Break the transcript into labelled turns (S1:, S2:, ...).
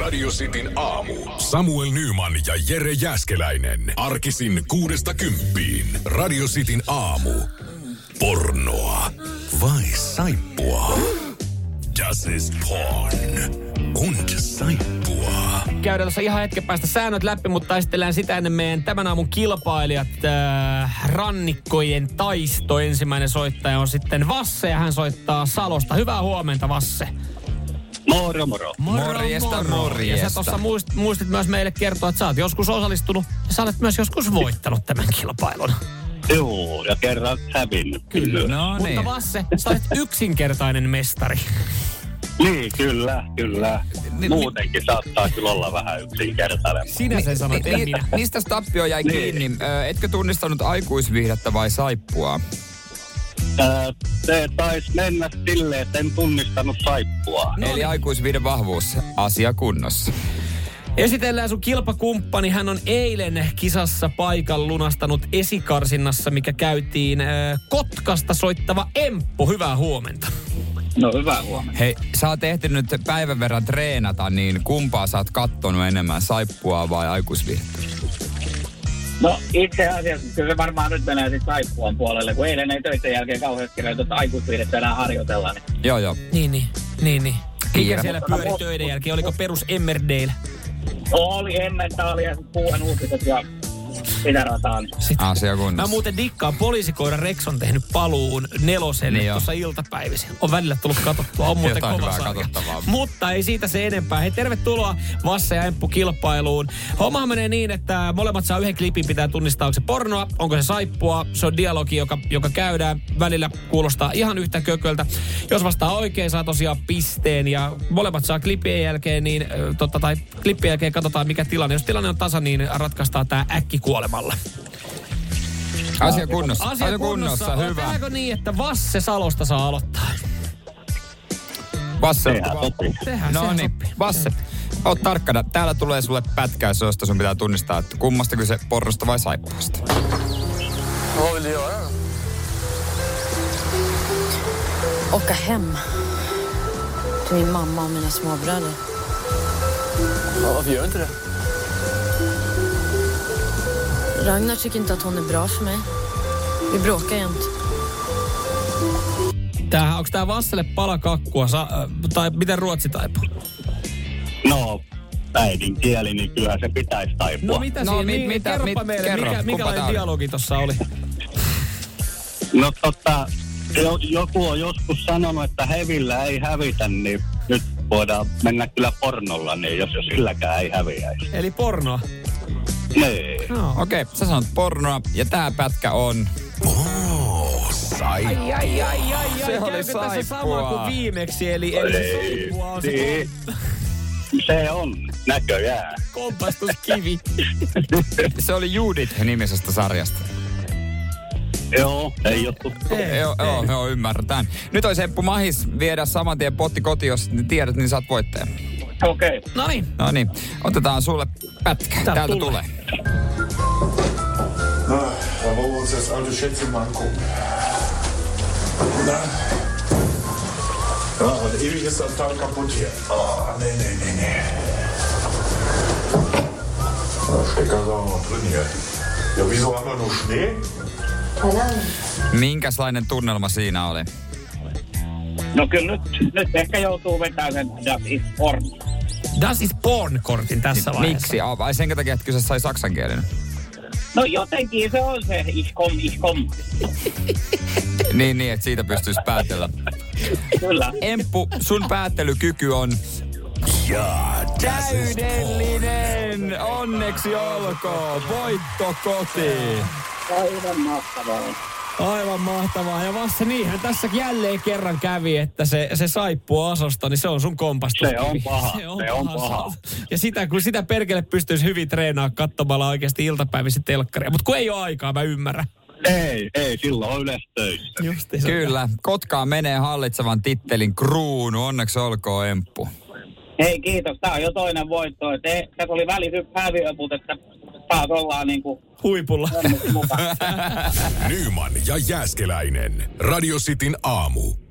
S1: Radio Cityn aamu. Samuel Nyman ja Jere Jäskeläinen. Arkisin kuudesta kymppiin. Radio Cityn aamu. Pornoa vai saippua? Das ist porn. Und saippua.
S2: käydään tuossa ihan hetken päästä säännöt läpi, mutta taistellaan sitä ennen meidän tämän aamun kilpailijat. Äh, rannikkojen taisto ensimmäinen soittaja on sitten Vasse ja hän soittaa Salosta. Hyvää huomenta Vasse.
S3: Moro, moro.
S4: Morjesta,
S2: Ja
S4: morjesta.
S2: sä tuossa muist, muistit myös meille kertoa, että sä oot joskus osallistunut ja sä olet myös joskus voittanut tämän kilpailun.
S3: Joo, ja kerran hävinnyt. Kyllä.
S4: No niin.
S2: Mutta Vasse, sä olet yksinkertainen mestari.
S3: Niin, kyllä, kyllä.
S4: Ni-
S3: Muutenkin saattaa kyllä olla vähän yksinkertainen.
S2: Sinä sen sanoit, en minä.
S4: mistä tappio jäi
S3: Niin.
S4: kiinni? Ö, Etkö tunnistanut aikuisviihdettä vai saippua?
S3: Ää, Se taisi mennä silleen, että en tunnistanut saippua.
S4: Eli aikuisviiden vahvuus. Asia kunnossa.
S2: Esitellään sun kilpakumppani. Hän on eilen kisassa paikan lunastanut esikarsinnassa, mikä käytiin äh, Kotkasta soittava Emppu. Hyvää huomenta.
S3: No hyvää huomenta.
S4: Hei, sä oot ehtinyt päivän verran treenata, niin kumpaa sä oot kattonut enemmän, saippua vai aikuisviihdettä?
S5: No itse asiassa kyllä se varmaan nyt menee sitten saippuan puolelle, kun eilen ei töiden jälkeen kauheasti kirjoitettu, että aikuisviidettä enää harjoitellaan. Niin.
S4: Joo, joo.
S2: Niin, niin, niin, niin. Mikä
S4: Kiire.
S2: siellä pyöri töiden jälkeen? Oliko perus Emmerdale?
S5: Oli emmentaali ja sitten puuhan uutiset ja sitä rataa. Niin.
S4: Asia
S2: Mä
S4: kunnossa.
S2: muuten dikkaan, poliisikoira Rex on tehnyt paluun neloselle
S4: Niin
S2: niin
S4: joo.
S2: tuossa iltapäivisin. On välillä tullut katsottua, on muuten
S4: Jotain
S2: kova
S4: hyvää
S2: sarja.
S4: katsottavaa.
S2: Mutta ei siitä se enempää. Hei, tervetuloa Vasse ja Emppu kilpailuun. Homma menee niin, että molemmat saa yhden klipin, pitää tunnistaa, onko se pornoa, onko se saippua. Se on dialogi, joka, joka käydään. Välillä kuulostaa ihan yhtä kököltä. Jos vastaa oikein, saa tosiaan pisteen ja molemmat saa klipien jälkeen, niin ö, totta, tai klippien jälkeen katsotaan mikä tilanne. Jos tilanne on tasa, niin ratkaistaan tämä äkki kuolemalla.
S4: Asia kunnossa. Asia kunnossa, hyvä.
S2: Tehdäänkö niin, että Vasse Salosta saa aloittaa?
S4: Vasse,
S3: Sehän sopii.
S2: Tehdään,
S4: No
S2: sehän
S4: niin,
S2: sopii.
S4: Vasse, oot tarkkana. Täällä tulee sulle pätkäys, josta sun pitää tunnistaa, että kummasta kyse porrosta vai saippuasta.
S6: Vad vill du göra?
S7: Åka hem. Till min mamma och mina småbröder.
S6: Ja, varför gör du inte det?
S7: Ragnar tycker inte att hon är bra för mig. Vi bråkar jämt.
S2: Tää, onko tää Vasselle pala kakkua? Sa, äh, tai miten ruotsi taipuu?
S3: No, äidinkieli, niin kyllä se pitäisi taipua.
S2: No mitä
S4: No,
S2: siinä?
S4: mit-
S2: niin,
S4: mitä-
S2: kerropa
S4: mit-
S2: meille,
S4: kerro,
S2: mikä,
S4: kumpa
S2: mikälainen
S4: tää oli?
S2: dialogi tossa oli?
S3: No tota, jo, joku on joskus sanonut, että hevillä ei hävitä, niin nyt voidaan mennä kyllä pornolla, niin jos, jos silläkään ei häviäisi.
S2: Eli pornoa.
S3: Niin.
S2: No.
S4: Okei, sä sanot pornoa ja tää pätkä on...
S1: Oh, saippua.
S2: Ai, ai, ai, ai,
S4: Se
S2: ai.
S4: oli
S2: Käykö tässä sama
S4: saippua.
S2: kuin viimeksi? Eli, eli se
S3: Ei,
S2: saippua on se
S3: niin. Se on näköjään.
S2: kompastuskivi.
S4: Se oli Judith-nimisestä sarjasta.
S3: Joo, ei ole tuttu.
S5: Eh.
S2: Ei.
S4: Joo, joo, joo, ymmärretään. Nyt olisi Eppu Mahis viedä saman tien potti kotiin, jos tiedät, niin saat voittajan.
S5: Okei. Okay.
S2: No niin,
S4: No niin, otetaan sulle pätkä. Täältä,
S2: tulee.
S4: tulee.
S8: Na, da wollen wir uns das alte Schätzchen mal angucken. Na? Ja, und ewig ist das Teil kaputt hier. Oh, nee, nee, nee, nee. Na, Stecker ist auch noch drin hier. Ja, wieso haben wir nur Schnee?
S4: Minkäslainen tunnelma siinä oli?
S5: No kyllä nyt, nyt ehkä joutuu vetämään sen Das is porn.
S2: das is siis porn-kortin tässä vaiheessa.
S4: Miksi? Ah, Vai sen takia, että kyseessä sai saksankielinen?
S5: No jotenkin se on se iskom, iskom.
S4: Niin, niin, että siitä pystyisi päätellä.
S5: Kyllä.
S4: Emppu, sun päättelykyky on...
S1: Ja, das ist
S4: Täydellinen! Onneksi olkoon! Voitto kotiin!
S5: Aivan mahtavaa.
S2: Aivan mahtavaa. Ja Vasse, niinhän tässä jälleen kerran kävi, että se, se saippuu asosta, niin se on sun kompastuskivi.
S3: Se on paha, se on paha.
S2: Ja sitä, kun sitä perkele pystyisi hyvin treenaamaan katsomalla oikeasti iltapäivisin telkkaria. Mutta kun ei ole aikaa, mä ymmärrän.
S3: Ei, ei, silloin on yleensä töissä.
S2: Justiinsa.
S4: Kyllä, Kotkaan menee hallitsevan tittelin kruunu. Onneksi olkoon, Emppu.
S5: Hei kiitos, tää on jo toinen voitto. Et ei- Tässä oli välihäviö, mutta että taas ollaan niinku
S2: Huipulla.
S5: onnessa mukana.
S1: Nyman ja Jääskeläinen. Radio Cityn aamu.